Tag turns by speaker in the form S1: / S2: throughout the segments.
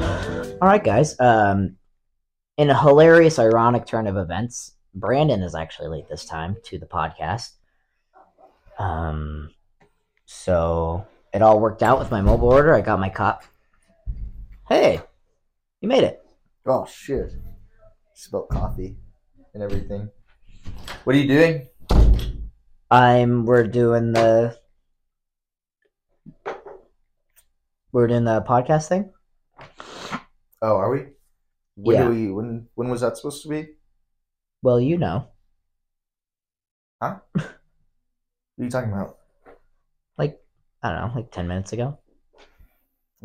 S1: All right, guys. Um, in a hilarious, ironic turn of events, Brandon is actually late this time to the podcast. Um, so it all worked out with my mobile order. I got my cop. Hey, you made it.
S2: Oh shit! Spilled coffee and everything. What are you doing?
S1: I'm. We're doing the. We're doing the podcast thing.
S2: Oh, are we? When
S1: Yeah.
S2: do we? When when was that supposed to be?
S1: Well, you know,
S2: What are you talking about?
S1: I don't know, like ten minutes ago.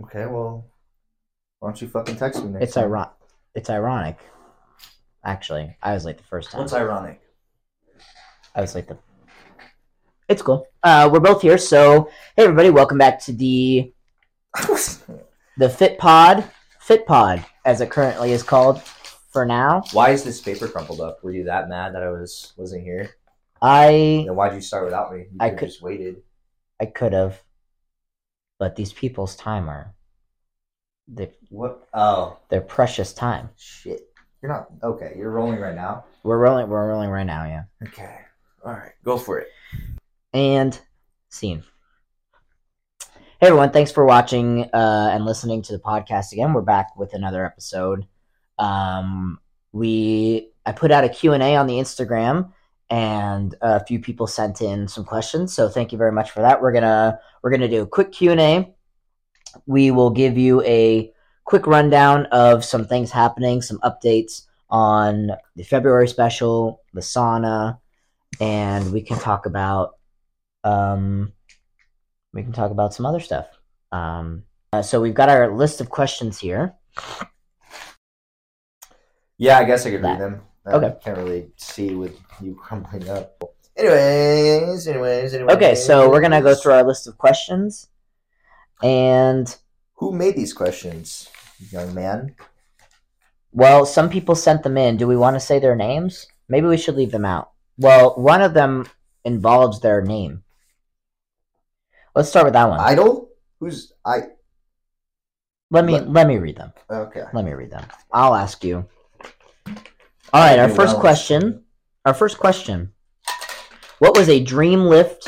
S2: Okay, well, why don't you fucking text me next?
S1: It's ironic. It's ironic. Actually, I was late the first time.
S2: ironic?
S1: I was like the. It's cool. Uh, we're both here, so hey everybody, welcome back to the the Fit Pod, Fit Pod as it currently is called for now.
S2: why is this paper crumpled up? Were you that mad that I was wasn't here?
S1: I
S2: Then why'd you start without me? You
S1: I
S2: could've
S1: could-
S2: just waited.
S1: I could have, but these people's time are their
S2: What? Oh
S1: their precious time.
S2: shit! You're not okay. You're rolling right now.
S1: We're rolling. We're rolling right now, yeah.
S2: Okay. All right. Go for it.
S1: and scene. Hey everyone, thanks for watching uh, and listening to the podcast again. We're back with another episode. Um, we I put out a Q&A on the Instagram and a few people sent in some questions. So thank you very much for that. We're going to we're going to do a quick Q&A. We will give you a quick rundown of some things happening, some updates on the February special, the sauna, and we can talk about um we can talk about some other stuff um uh, so we've got our list of questions here
S2: Yeah, I guess I could
S1: That.
S2: read them. I
S1: Okay.
S2: can't really see with you crumbling up. Anyways, anyways, anyways.
S1: okay so we're gonna go through our list of questions and
S2: Who made these questions, young man?
S1: well some people sent them in do we want to say their names maybe we should leave them out well one of them involves their name let's start with that one
S2: Idol? Who's I?
S1: let me
S2: let-
S1: let me read them
S2: Okay.
S1: Let me read them. I'll ask you. All right, our
S2: You're
S1: first
S2: well.
S1: question. Our first question. What was a dream lift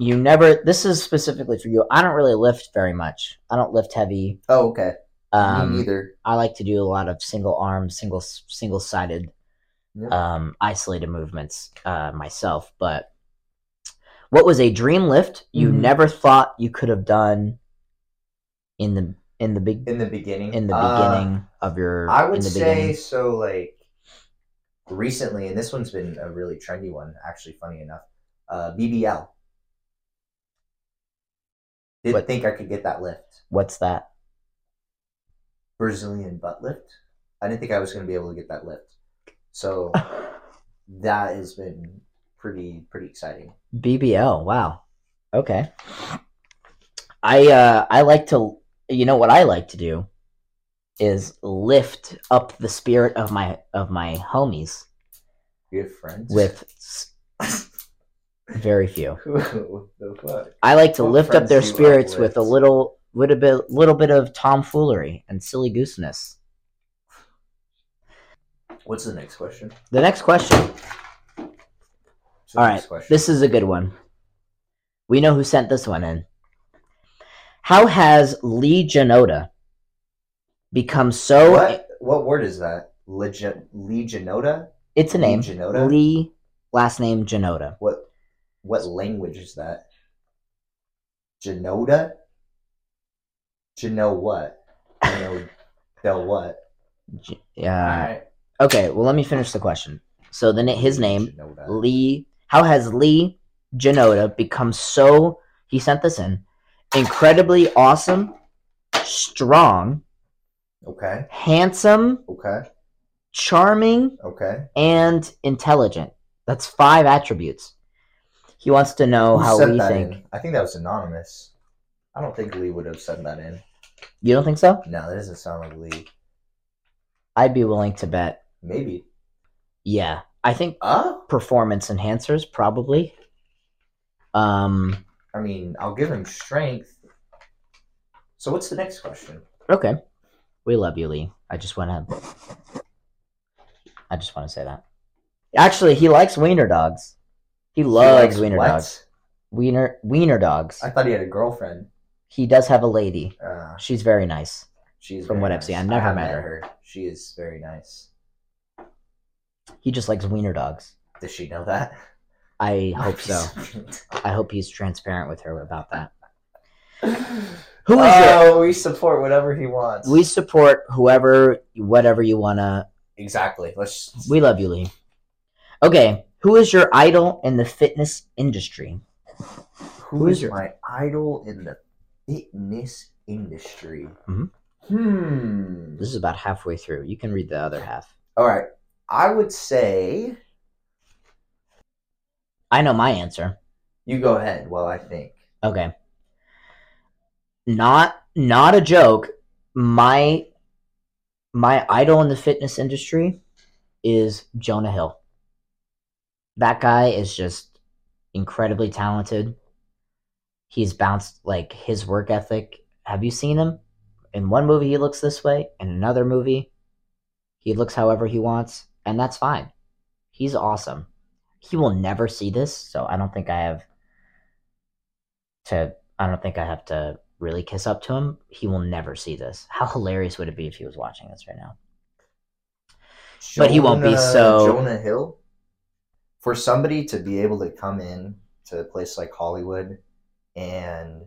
S1: you never this is specifically for you. I don't really lift very much. I don't lift heavy.
S2: Oh, okay. Me
S1: Um,
S2: neither.
S1: I like to do a lot of single arm, single single sided
S2: Yeah.
S1: um, isolated movements uh, myself, but what was a dream lift you
S2: Mhm.
S1: never thought you could have done in the in the big
S2: in the beginning.
S1: in the
S2: Uh,
S1: beginning of your
S2: I would
S1: in the
S2: say
S1: beginning.
S2: so. Like recently, and this one's been a really trendy one. Actually, funny enough, uh, BBL. Didn't
S1: What?
S2: think I could get that lift.
S1: what's that
S2: Brazilian butt lift. I didn't think I was going to be able to get that lift. So that has been pretty pretty exciting.
S1: BBL wow okay I uh I like to you know what I like to do is lift up the spirit of my of my homies
S2: You have friends
S1: with s- very few
S2: what the fuck?
S1: I like to
S2: What
S1: lift up
S2: friends
S1: their
S2: do you
S1: spirits with
S2: uplift?
S1: a little with a bit little bit of tomfoolery and silly gooseness
S2: What's the next question? What's
S1: the next question
S2: the
S1: All
S2: next
S1: right,
S2: question?
S1: This is a good one. We know who sent this one in. How has Lee Janota become so?
S2: what what word is that? Legion Legionota?
S1: It's a name.
S2: Legionota?
S1: Lee, last name Janota.
S2: What what language is that? Genota? Geno what? Geno del what?
S1: J- Yeah. okay. Well, let me finish the question. So then, Uh, his name
S2: Genota.
S1: Lee. How has Lee Janota become so? He sent this in. Incredibly awesome, strong,
S2: Okay.
S1: handsome,
S2: Okay.
S1: charming,
S2: Okay.
S1: and intelligent. That's five attributes. He wants to know
S2: Who
S1: Oh, how
S2: sent
S1: we
S2: that
S1: think.
S2: in? I think that was anonymous. I don't think Lee would have sent that in.
S1: You don't think so?
S2: No, that doesn't sound like Lee.
S1: I'd be willing to bet.
S2: Maybe.
S1: Yeah, I think
S2: Uh?
S1: performance enhancers probably. Um.
S2: I mean, I'll give him strength. So what's the next question?
S1: Okay. We love you, Lee. I just want to. I just want to say that. Actually, he likes wiener dogs. He loves
S2: Like,
S1: wiener
S2: what?
S1: dogs. Wiener wiener dogs.
S2: I thought he had a girlfriend.
S1: He does have a lady.
S2: Uh,
S1: She's very nice.
S2: she's
S1: From
S2: very
S1: what I've
S2: nice.
S1: seen, I've never
S2: have
S1: met her.
S2: She is very nice.
S1: He just likes wiener dogs.
S2: Does she know that?
S1: I hope so.
S2: Who
S1: I hope he's transparent with her about that.
S2: is
S1: Who is it?
S2: oh, we support whatever he wants.
S1: We support whoever, whatever you wanna.
S2: exactly. Let's.
S1: We love you, Lee. Okay, who is your idol in the fitness industry?
S2: who is
S1: your-
S2: my idol in the fitness industry?
S1: Mhm.
S2: Hmm.
S1: This is about halfway through. You can read the other half.
S2: All right. I would say
S1: I know my answer.
S2: you go ahead while I think.
S1: Okay. Not not a joke. My my idol in the fitness industry is Jonah Hill. That guy is just incredibly talented. He's bounced like his work ethic. Have you seen him? In one movie he looks this way, in another movie he looks however he wants, and that's fine. He's awesome. He will never see this, so I don't think I have to I don't think I have to really kiss up to him. He will never see this. How hilarious would it be if he was watching this right now? But he won't be
S2: Jonah-
S1: so-
S2: Jonah Hill. For somebody to be able to come in to a place like Hollywood and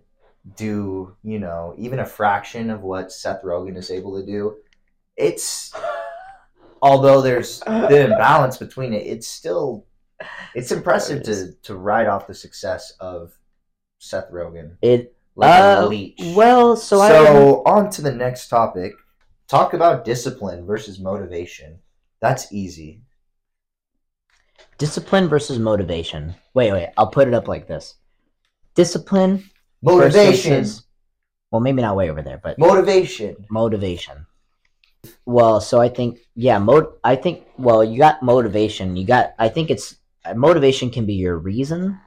S2: do, you know, even a fraction of what Seth Rogen is able to do, it's although there's the imbalance between it, it's still it's impressive to to ride off the success of Seth Rogen
S1: It
S2: like a
S1: Uh,
S2: leech.
S1: well, so,
S2: So,
S1: I don't-
S2: on to the next topic. Talk about discipline versus motivation. That's easy.
S1: discipline versus motivation. Wait, wait, I'll put it up like this: discipline
S2: Motivation.
S1: versus- well, maybe not way over there, but
S2: Motivation.
S1: motivation. Well, so I think yeah, mo- I think well, you got motivation. You got I think it's uh, motivation can be your reason.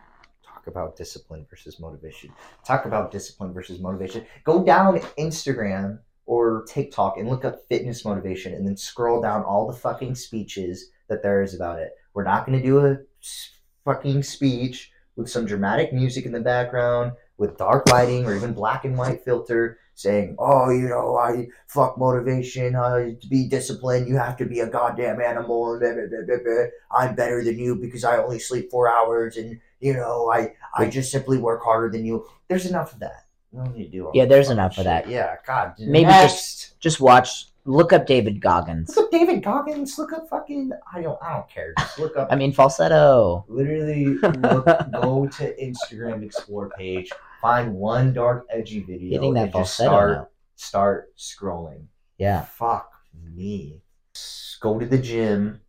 S2: Talk about discipline versus motivation. Talk about discipline versus motivation. Go down Instagram or TikTok and look up fitness motivation and then scroll down all the fucking speeches that there is about it. We're not going to do a s- fucking speech with some dramatic music in the background, with dark lighting or even black and white filter saying, oh, you know, I fuck motivation, uh, to be disciplined, you have to be a goddamn animal, and blah, blah, blah, blah, blah. I'm better than you because I only sleep four hours and, you know, I, I just simply work harder than you. There's enough of that. You don't need to do all
S1: Yeah,
S2: that
S1: there's
S2: fucking
S1: enough of
S2: shit.
S1: that.
S2: Yeah, God.
S1: Maybe
S2: next.
S1: Just watch, look up David Goggins.
S2: Look up David Goggins. Look up fucking. I don't. I don't care. Just look up.
S1: I mean falsetto.
S2: literally, look, go to Instagram Explore page. Find one dark edgy video.
S1: Getting that
S2: and just
S1: falsetto.
S2: start
S1: note.
S2: start scrolling.
S1: Yeah.
S2: Fuck me. S- Go to the gym.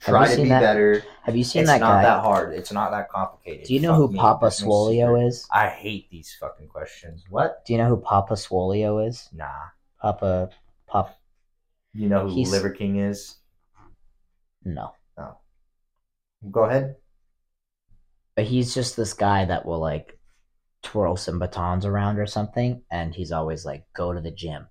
S1: Have you
S2: Try to
S1: seen
S2: be
S1: that-
S2: better.
S1: Have you seen
S2: It's
S1: that guy?
S2: not that hard. It's not that complicated.
S1: Do you know
S2: Fuck
S1: who
S2: me,
S1: Papa
S2: that's my
S1: Swolio
S2: secret.
S1: is?
S2: I hate these fucking questions. What?
S1: Do you know who Papa Swolio is?
S2: Nah.
S1: Papa Pop
S2: You know who
S1: He's-
S2: Liver King is?
S1: no.
S2: Go ahead.
S1: But he's just this guy that will like twirl some batons around or something and he's always like go to the gym.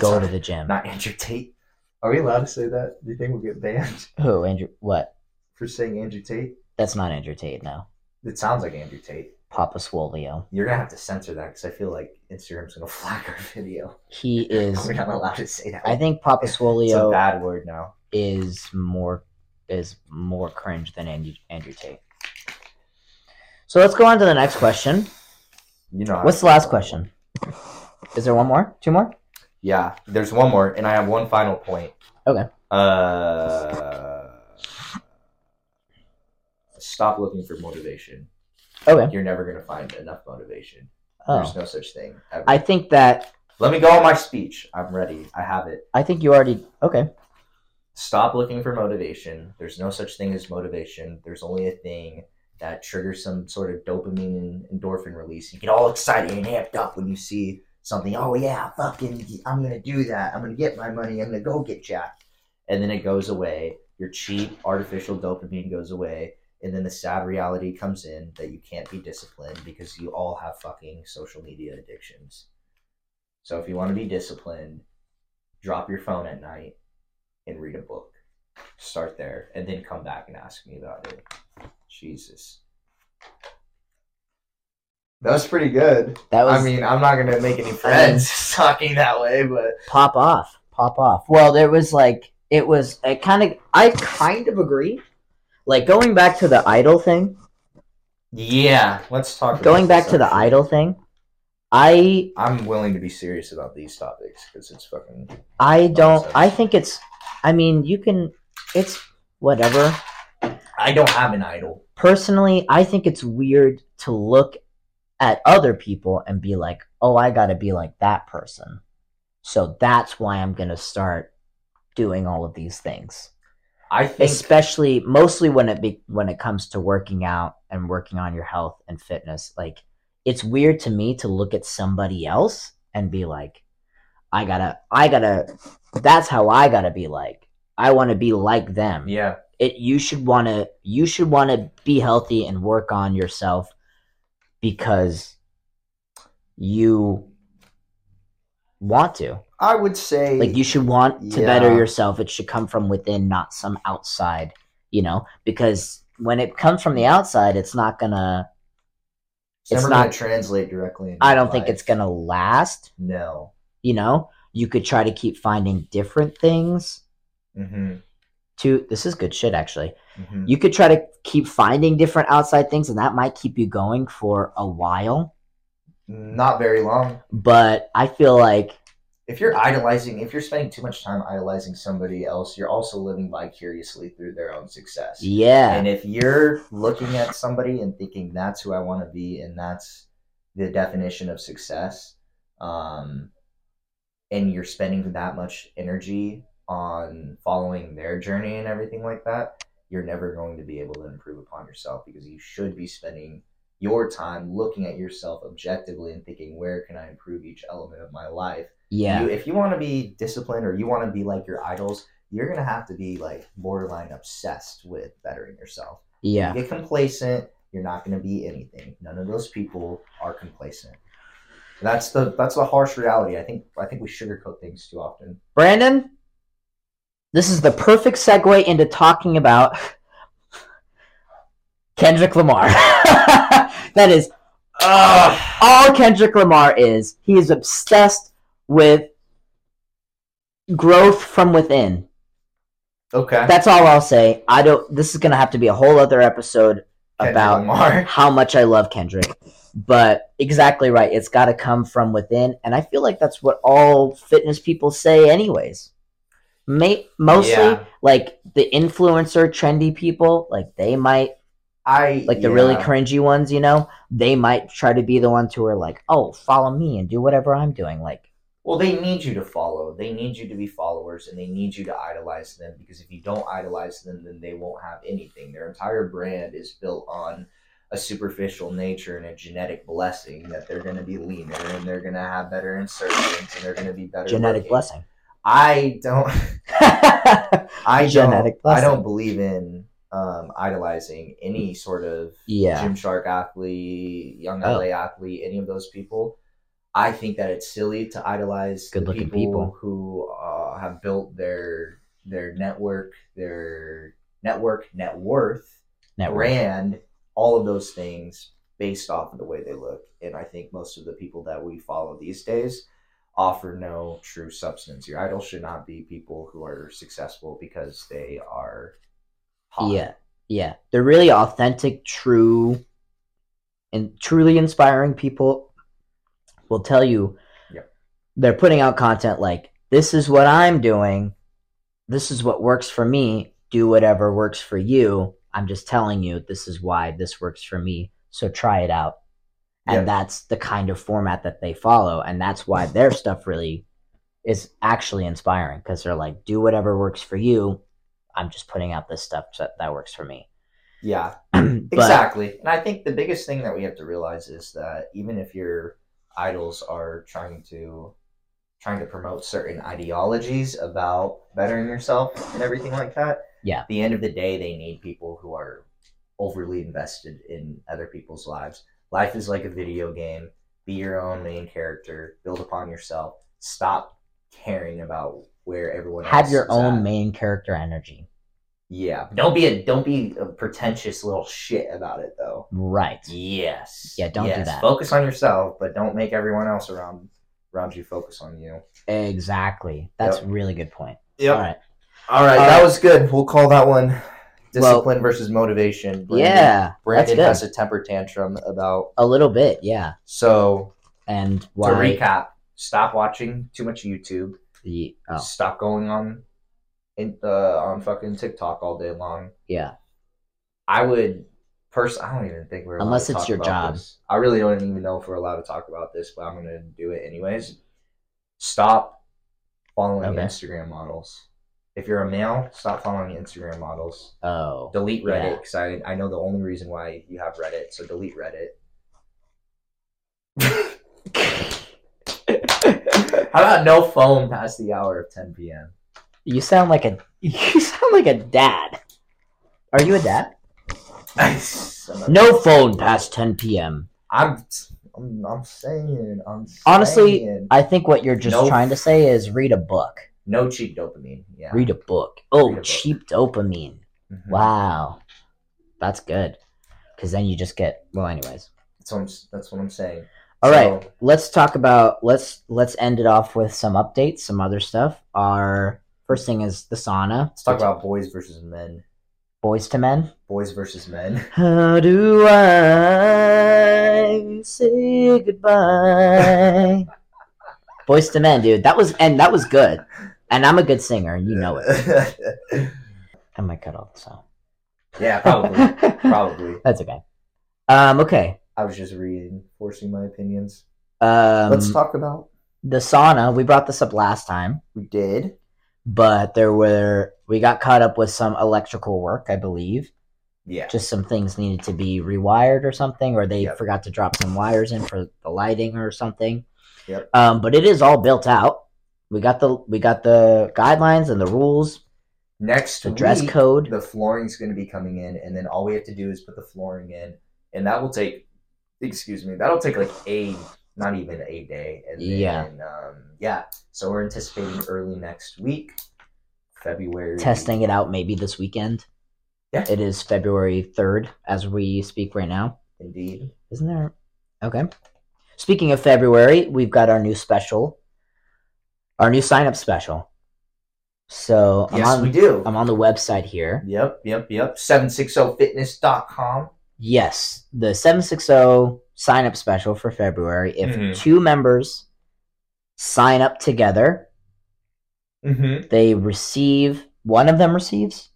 S1: Go to the gym.
S2: not Andrew Tate. Are we allowed to say that? Do you think we'll get banned
S1: Who, Andrew what?
S2: for saying Andrew Tate?
S1: That's not Andrew Tate, no.
S2: It sounds like Andrew Tate.
S1: Papa Swolio.
S2: You're gonna have to censor that because I feel like Instagram's gonna flag our video.
S1: He is
S2: We're not allowed to say that.
S1: I think Papa
S2: it's a
S1: Swolio
S2: bad word now.
S1: is more is more cringe than Andrew, Andrew Tate. So let's go on to the next question.
S2: You know. how I
S1: What's the
S2: feel
S1: last
S2: about
S1: question? Is there one more? Two more?
S2: it. Yeah, there's one more, and I have one final point.
S1: Okay.
S2: Uh, stop looking for motivation.
S1: Okay.
S2: You're never gonna find enough motivation.
S1: Oh.
S2: There's no such thing. Ever.
S1: I think that
S2: Let me go on my speech. I'm ready. I have it.
S1: I think you already okay.
S2: stop looking for motivation. There's no such thing as motivation. There's only a thing that triggers some sort of dopamine and endorphin release. You get all excited and amped up when you see something. Oh yeah, fucking, I'm gonna do that. I'm gonna get my money. I'm gonna go get jacked. And then it goes away. Your cheap artificial dopamine goes away. And then the sad reality comes in that you can't be disciplined because you all have fucking social media addictions. So if you want to be disciplined, drop your phone at night and read a book. Start there and then come back and ask me about it. Jesus. That was pretty good.
S1: That was
S2: I mean, I'm not going to make any friends talking that way, but
S1: pop off, pop off. Well, there was like it was it kind of I kind of agree. Like going back to the idol thing,
S2: yeah, let's talk. about
S1: going
S2: this
S1: back to the
S2: actually.
S1: idol thing, I
S2: I'm willing to be serious about these topics because it's fucking.
S1: I don't
S2: Nonsense.
S1: I think it's I mean, you can it's whatever.
S2: I don't have an idol.
S1: Personally, I think it's weird to look at other people and be like, "Oh, I got to be like that person." So that's why I'm going to start doing all of these things.
S2: I think
S1: especially mostly when it be when it comes to working out and working on your health and fitness like it's weird to me to look at somebody else and be like i gotta i gotta that's how i gotta be like i want to be like them
S2: yeah,
S1: it you should want to you should want to be healthy and work on yourself because you want to
S2: I would say
S1: like you should want to better
S2: Yeah.
S1: yourself it should come from within not some outside you know because when it comes from the outside it's not gonna
S2: It's, never
S1: it's not-
S2: gonna translate directly. into
S1: i
S2: your
S1: don't think
S2: life.
S1: it's gonna last
S2: No.
S1: you know you could try to keep finding different things
S2: Mm-hmm.
S1: to this is good shit actually
S2: Mm-hmm.
S1: you could try to keep finding different outside things and that might keep you going for a while
S2: Not very long.
S1: but i feel like
S2: If you're idolizing, if you're spending too much time idolizing somebody else, you're also living vicariously through their own success.
S1: yeah
S2: And if you're looking at somebody and thinking that's who I want to be and that's the definition of success, um, and you're spending that much energy on following their journey and everything like that, you're never going to be able to improve upon yourself because you should be spending your time looking at yourself objectively and thinking where can I improve each element of my life
S1: yeah
S2: you, if you want to be disciplined or you want to be like your idols, you're gonna have to be like borderline obsessed with bettering yourself.
S1: yeah
S2: You get complacent, you're not gonna be anything. None of those people are complacent. That's the that's the harsh reality. I think I think we sugarcoat things too often.
S1: Brandon, this is the perfect segue into talking about Kendrick Lamar. that is all Kendrick Lamar is. He is obsessed with growth from within.
S2: Okay.
S1: That's all I'll say. I don't this is going to have to be a whole other episode
S2: Kendrick
S1: about
S2: Lamar.
S1: how much I love Kendrick. But exactly right. It's got to come from within. And I feel like that's what all fitness people say, anyways. Ma- mostly,
S2: Yeah.
S1: like the influencer, trendy people, like they might,
S2: I
S1: like the
S2: yeah.
S1: really cringy ones, you know, they might try to be the ones who are like, oh, follow me and do whatever I'm doing. Like,
S2: Well, they need you to follow. They need you to be followers and they need you to idolize them because if you don't idolize them, then they won't have anything. Their entire brand is built on a superficial nature and a genetic blessing that they're going to be leaner and they're going to have better insertions and they're going to be better.
S1: genetic
S2: looking.
S1: blessing.
S2: I don't. I
S1: Genetic
S2: genetic don't, I
S1: blessing.
S2: don't believe in um, idolizing any sort of
S1: yeah.
S2: Jim Shark athlete, young
S1: Oh.
S2: LA athlete, any of those people. I think that it's silly to idolize the
S1: Good-looking people.
S2: who uh, have built their their network, their network net worth,
S1: Network.
S2: brand, all of those things based off of the way they look. And I think most of the people that we follow these days offer no true substance. Your idol should not be people who are successful because they are hot.
S1: Yeah. Yeah. They're really authentic, true, and truly inspiring people will tell you
S2: Yep.
S1: they're putting out content like, this is what I'm doing. This is what works for me. Do whatever works for you. I'm just telling you, this is why this works for me. So try it out. And
S2: Yeah.
S1: that's the kind of format that they follow. And that's why their stuff really is actually inspiring because they're like, do whatever works for you. I'm just putting out this stuff that, that works for me.
S2: Yeah.
S1: But-
S2: Exactly. And I think the biggest thing that we have to realize is that even if your idols are trying to trying to promote certain ideologies about bettering yourself and everything like that,
S1: Yeah.
S2: at the end of the day they need people who are overly invested in other people's lives. Life is like a video game. be your own main character, build upon yourself, stop caring about where everyone
S1: Have
S2: else
S1: your
S2: is
S1: own
S2: at.
S1: main character energy.
S2: Yeah, don't be a don't be a pretentious little shit about it though.
S1: Right.
S2: Yes.
S1: Yeah, don't do
S2: Yes.
S1: that.
S2: Focus on yourself, but don't make everyone else around around you focus on you.
S1: Exactly. That's
S2: Yep.
S1: a really good point.
S2: Yep.
S1: All right.
S2: All right,
S1: All
S2: that
S1: right.
S2: was good. We'll call that one
S1: Well-
S2: discipline versus motivation. Brandon-
S1: Yeah. That's
S2: Brandon
S1: good.
S2: has a temper tantrum about
S1: A little bit, yeah.
S2: so
S1: And why?
S2: to recap, stop watching too much YouTube.
S1: the, oh,
S2: Stop going on in uh, on fucking TikTok all day long.
S1: yeah.
S2: I would pers- I don't even think we're allowed
S1: Unless
S2: to
S1: it's
S2: talk
S1: your
S2: about
S1: job.
S2: this. I really don't even know if we're allowed to talk about this, but I'm gonna do it anyways. Stop following
S1: Okay.
S2: Instagram models. If you're a male, stop following Instagram models.
S1: Oh.
S2: Delete Reddit
S1: Yeah.
S2: because I, I know the only reason why you have Reddit, so delete Reddit. How about no phone past the hour of 10 p.m.?
S1: You sound like a you sound like a dad. Are you a dad? No phone past 10 p.m.
S2: I'm, I'm, I'm saying, I'm
S1: Honestly,
S2: saying.
S1: I think what you're just
S2: No.
S1: trying to say is read a book.
S2: no cheap dopamine. Yeah.
S1: Read a book. Oh,
S2: Read a book.
S1: cheap dopamine.
S2: Mhm.
S1: Wow. That's good. Cuz then you just get well anyways.
S2: That's what I'm, s- that's what I'm saying.
S1: All
S2: So,
S1: right. let's talk about let's let's end it off with some updates, some other stuff. Our first thing is the sauna.
S2: Let's talk about boys versus men.
S1: boys to men.
S2: Boys versus men.
S1: How do I say goodbye? boys to men, dude. That was and that was good. And I'm a good singer, and you know it.
S2: it.
S1: I might cut all this out.
S2: yeah, probably. probably.
S1: That's okay. Um, okay.
S2: I was just reinforcing my opinions.
S1: Um,
S2: Let's talk about.
S1: the sauna. We brought this up last time,
S2: We did.
S1: but there were we got caught up with some electrical work, I believe.
S2: Yeah.
S1: just some things needed to be rewired or something, or they
S2: Yep.
S1: forgot to drop some wires in for the lighting or something.
S2: Yep.
S1: Um, but it is all built out. We got the we got the guidelines and the rules,
S2: Next
S1: the dress
S2: week,
S1: code.
S2: The flooring's going to be coming in, and then all we have to do is put the flooring in, and that will take. Excuse me. That'll take like a not even a day. And then,
S1: Yeah.
S2: Um, yeah. So we're anticipating early next week, February
S1: testing it out maybe this weekend.
S2: Yeah.
S1: It is February third as we speak right now.
S2: Indeed.
S1: Isn't there? Okay. Speaking of February, we've got our new special, our new sign up special. So I'm
S2: Yes,
S1: on
S2: we do.
S1: I'm on the website here.
S2: Yep. Yep. Yep. 760fitness.com.
S1: Yes, the 760 sign up special for February. If
S2: Mhm.
S1: two members sign up together,
S2: Mm-hmm.
S1: they receive one of them receives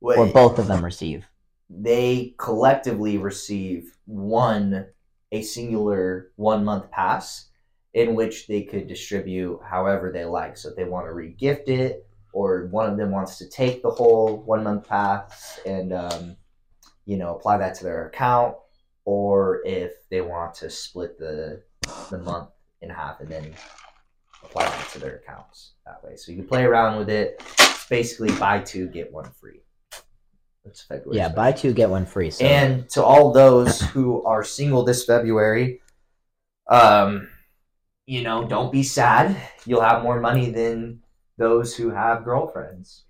S1: or both of them receive.
S2: they collectively receive one a singular one month pass in which they could distribute however they like so if they want to regift it or one of them wants to take the whole one month pass and um, you know apply that to their account or if they want to split the the month in half and then apply that to their accounts that way so you can play around with it it's basically buy two get one free that's February
S1: Yeah,
S2: special.
S1: buy two get one free. So
S2: And to all those who are single this February, um, you know, don't be sad. You'll have more money than those who have girlfriends.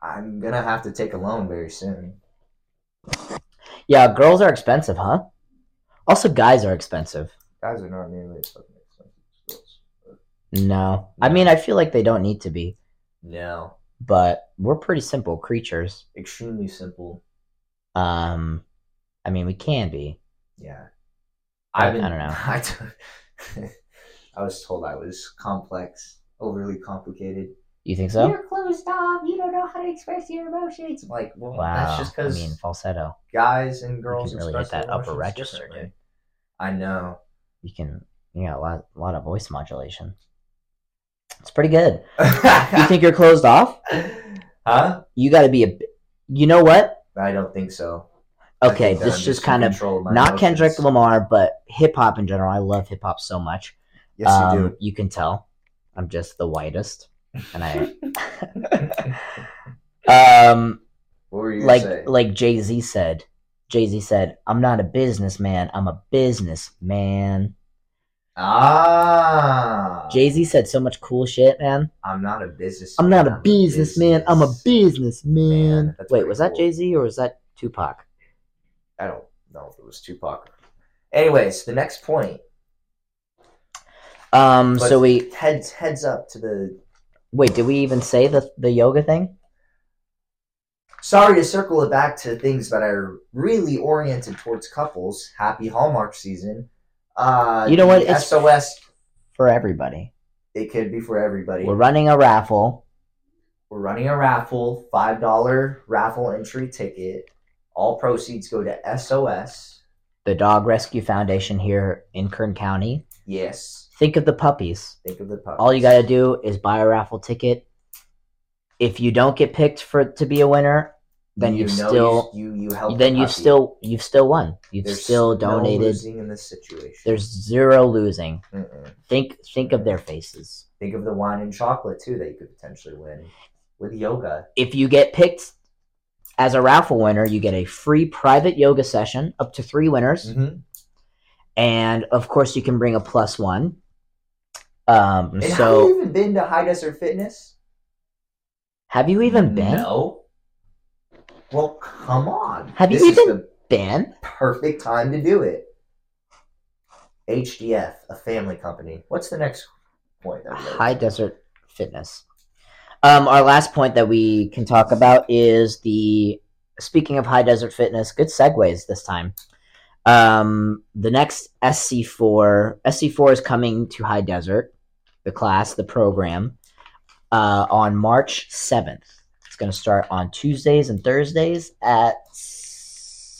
S2: I'm gonna have to take a loan very soon.
S1: yeah, girls are expensive, huh? Also, guys are expensive.
S2: Guys are not nearly as fucking expensive as girls.
S1: No, I mean I feel like they don't need to be,
S2: No,
S1: but we're pretty simple creatures.
S2: extremely simple.
S1: Um, I mean we can be.
S2: Yeah,
S1: I-
S2: I've been,
S1: I don't know.
S2: I don't- I was told I was complex, overly complicated.
S1: You think so?
S2: You're closed off. You don't know how to express your emotions. I'm like, well,
S1: Wow.
S2: that's just because
S1: I mean falsetto.
S2: guys and girls
S1: really hit
S2: express their
S1: that upper
S2: emotions
S1: register,
S2: differently.
S1: dude.
S2: I know.
S1: you can you know a lot, a lot of voice modulation it's pretty good you think you're closed off
S2: huh?
S1: you got to be a b- you know what
S2: I don't think so. I
S1: okay
S2: think that
S1: this
S2: I'm
S1: just
S2: in
S1: kind of
S2: control of my
S1: not
S2: emotions.
S1: kendrick lamar but hip-hop in general i love hip-hop so much
S2: Yes, you
S1: Um, you can tell i'm just the whitest and i
S2: do.
S1: um
S2: what were you
S1: like
S2: gonna say?
S1: like um, jay-z said Jay Z said, "I'm not a businessman. I'm a businessman."
S2: Ah.
S1: Jay Z said so much cool shit, man.
S2: I'm not a business.
S1: I'm not a businessman. I'm a businessman.
S2: Man, that's
S1: Wait,
S2: pretty
S1: was that
S2: cool.
S1: Jay Z or was that Tupac?
S2: I don't know if it was Tupac. Anyways, the next point.
S1: Um.
S2: Let's-
S1: so we
S2: heads heads up to the.
S1: wait. Did we even say the the yoga thing?
S2: Sorry to circle it back to things that are really oriented towards couples. Happy Hallmark season. Uh,
S1: You know what?
S2: the
S1: It's-
S2: SOS.
S1: For everybody,
S2: It could be for everybody.
S1: we're running a raffle.
S2: We're running a raffle, five dollar raffle entry ticket. All proceeds go to SOS.
S1: The Dog Rescue Foundation here in Kern County.
S2: Yes.
S1: Think of the puppies.
S2: Think of the puppies.
S1: All you gotta do is buy a raffle ticket. If you don't get picked for to be a winner, then
S2: you
S1: you've
S2: know
S1: still
S2: you you, you helped
S1: then
S2: the
S1: you've
S2: puppy.
S1: still you've still won. You've
S2: There's
S1: still
S2: no
S1: donated.
S2: losing in this situation.
S1: There's zero losing.
S2: Mm-mm.
S1: Think think of their faces.
S2: Think of the wine and chocolate too that you could potentially win with yoga.
S1: If you get picked as a raffle winner, you get a free private yoga session up to three winners,
S2: Mm-hmm.
S1: and of course you can bring a plus one. Um,
S2: And have
S1: so
S2: you even been to High Desert Fitness?
S1: have you even been?
S2: No. Well, come on.
S1: Have you
S2: This is
S1: even-
S2: the
S1: Ben?
S2: perfect time to do it. HDF, a family company. What's the next point? That we gotta-
S1: High Desert Fitness. Um, our last point that we can talk about is the speaking of High Desert Fitness. Good segues this time. Um, the next SC4 SC4 is coming to High Desert, the class, the program, uh, on March seventh. It's going to start on Tuesdays and Thursdays at s-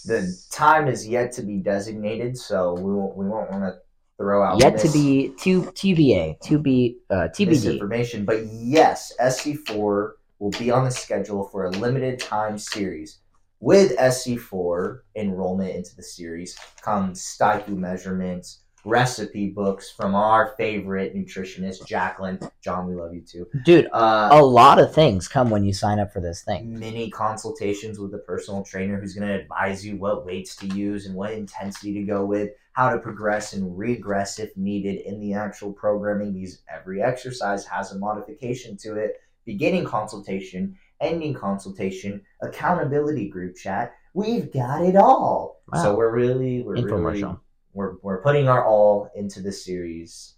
S2: The time is yet to be designated, so we won't, we won't want to throw out
S1: yet to
S2: mis-
S1: be to TBA to be uh, TBD.
S2: misinformation. But yes, SC4 will be on the schedule for a limited time series. With SC4 enrollment into the series comes stipend measurements, recipe books from our favorite nutritionist, Jacqueline. John, we love you too.
S1: Dude,
S2: Uh,
S1: a lot of things come when you sign up for this thing.
S2: mini consultations with a personal trainer who's going to advise you what weights to use and what intensity to go with, how to progress and regress if needed in the actual programming because every exercise has a modification to it. Beginning consultation, ending consultation, accountability group chat. We've got it all.
S1: Wow.
S2: So we're really we're really
S1: Infomercial.
S2: we're, we're putting our all into this series.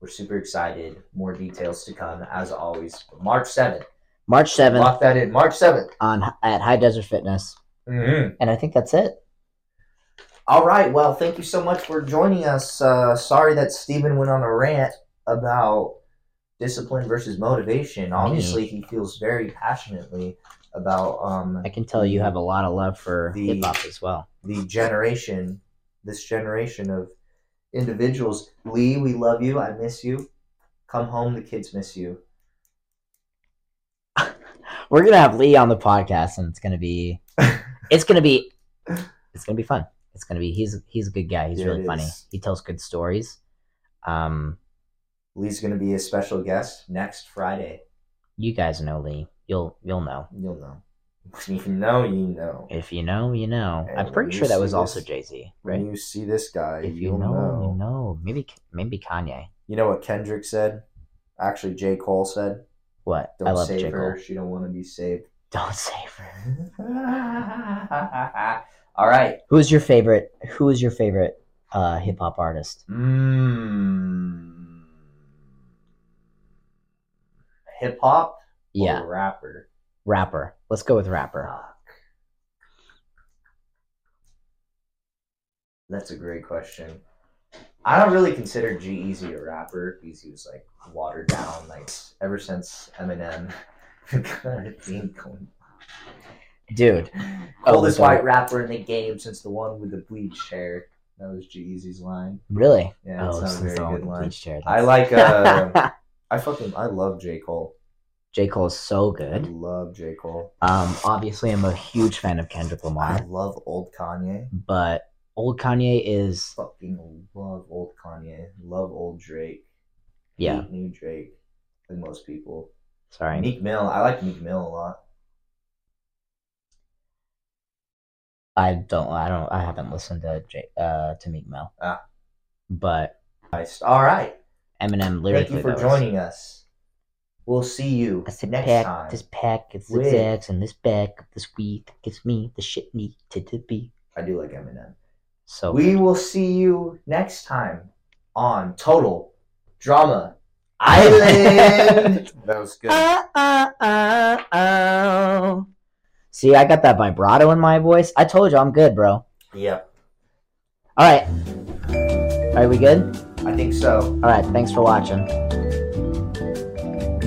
S2: We're super excited. More details to come as always. March 7th.
S1: March 7th
S2: Lock that in. March 7th.
S1: on at High Desert Fitness.
S2: Mm-hmm.
S1: And I think that's it.
S2: All right. Well, thank you so much for joining us. Uh, sorry that Steven went on a rant about discipline versus motivation. Obviously, he feels very passionately about um,
S1: I can tell you have a lot of love for
S2: The-
S1: hip hop as well.
S2: the generation, this generation of individuals. Lee, we love you. I miss you. Come home. The kids miss you.
S1: We're going to have Lee on the podcast and it's going to be it's going to be it's going to be fun. It's going to be he's he's a good guy. He's
S2: Yeah,
S1: really
S2: it
S1: funny.
S2: is.
S1: He tells good stories. Um
S2: Lee's going to be a special guest next Friday.
S1: you guys know Lee. You'll you'll know.
S2: You'll know. You know, you know.
S1: If you know, you know.
S2: And
S1: I'm
S2: when
S1: pretty
S2: you
S1: sure that
S2: see
S1: was also
S2: this-
S1: Jay-Z,
S2: When
S1: right?
S2: you see this guy,
S1: If you
S2: you'll
S1: know,
S2: know.
S1: you know. Maybe maybe Kanye.
S2: You know what Kendrick said? Actually, J. Cole said,
S1: What?
S2: "Don't
S1: I love
S2: save
S1: J. Cole.
S2: her. She don't want to be saved."
S1: Don't save her.
S2: All right.
S1: Who's your favorite? Who is your favorite uh, hip hop artist?
S2: Mm. Hip hop.
S1: Yeah,
S2: Or rapper.
S1: rapper. Let's go with rapper.
S2: Fuck. That's a great question. I don't really consider G Easy a rapper because he was like watered down. Like ever since Eminem, kind of thing going
S1: Dude,
S2: Oldest
S1: Oh,
S2: white rapper in the game since the one with the bleach hair. That was Jeezy's line.
S1: really?
S2: Yeah, it's not a very
S1: Oh, since I'm
S2: good
S1: on the
S2: line.
S1: beach chair,
S2: I
S1: that's-
S2: like. Uh, I fucking I love J Cole.
S1: J Cole is so
S2: I
S1: good.
S2: love J Cole.
S1: Um, obviously, I'm a huge fan of Kendrick
S2: I
S1: Lamar,
S2: love old Kanye.
S1: but old Kanye is
S2: Fucking love old Kanye. Love old Drake.
S1: yeah.
S2: Hate new Drake than most people.
S1: Sorry,
S2: Meek Mill. I like Meek Mill a lot.
S1: I don't. I don't. I haven't listened to J, uh, to Meek Mill.
S2: Ah.
S1: But
S2: Christ. All right.
S1: Eminem
S2: Thank
S1: lyrically.
S2: you for
S1: though, is-
S2: joining us. We'll see you
S1: I said
S2: next
S1: pack
S2: time.
S1: this pack of
S2: with-
S1: zigzags and this bag of this weed gets me the shit needed to be.
S2: I do like Eminem.
S1: So
S2: We will see you next time on Total Drama Island. that was good.
S1: Ah, ah, ah, ah. See, I got that vibrato in my voice. I told you I'm good, bro.
S2: Yep.
S1: All right. Are we good?
S2: I think so.
S1: All right. Thanks for watching.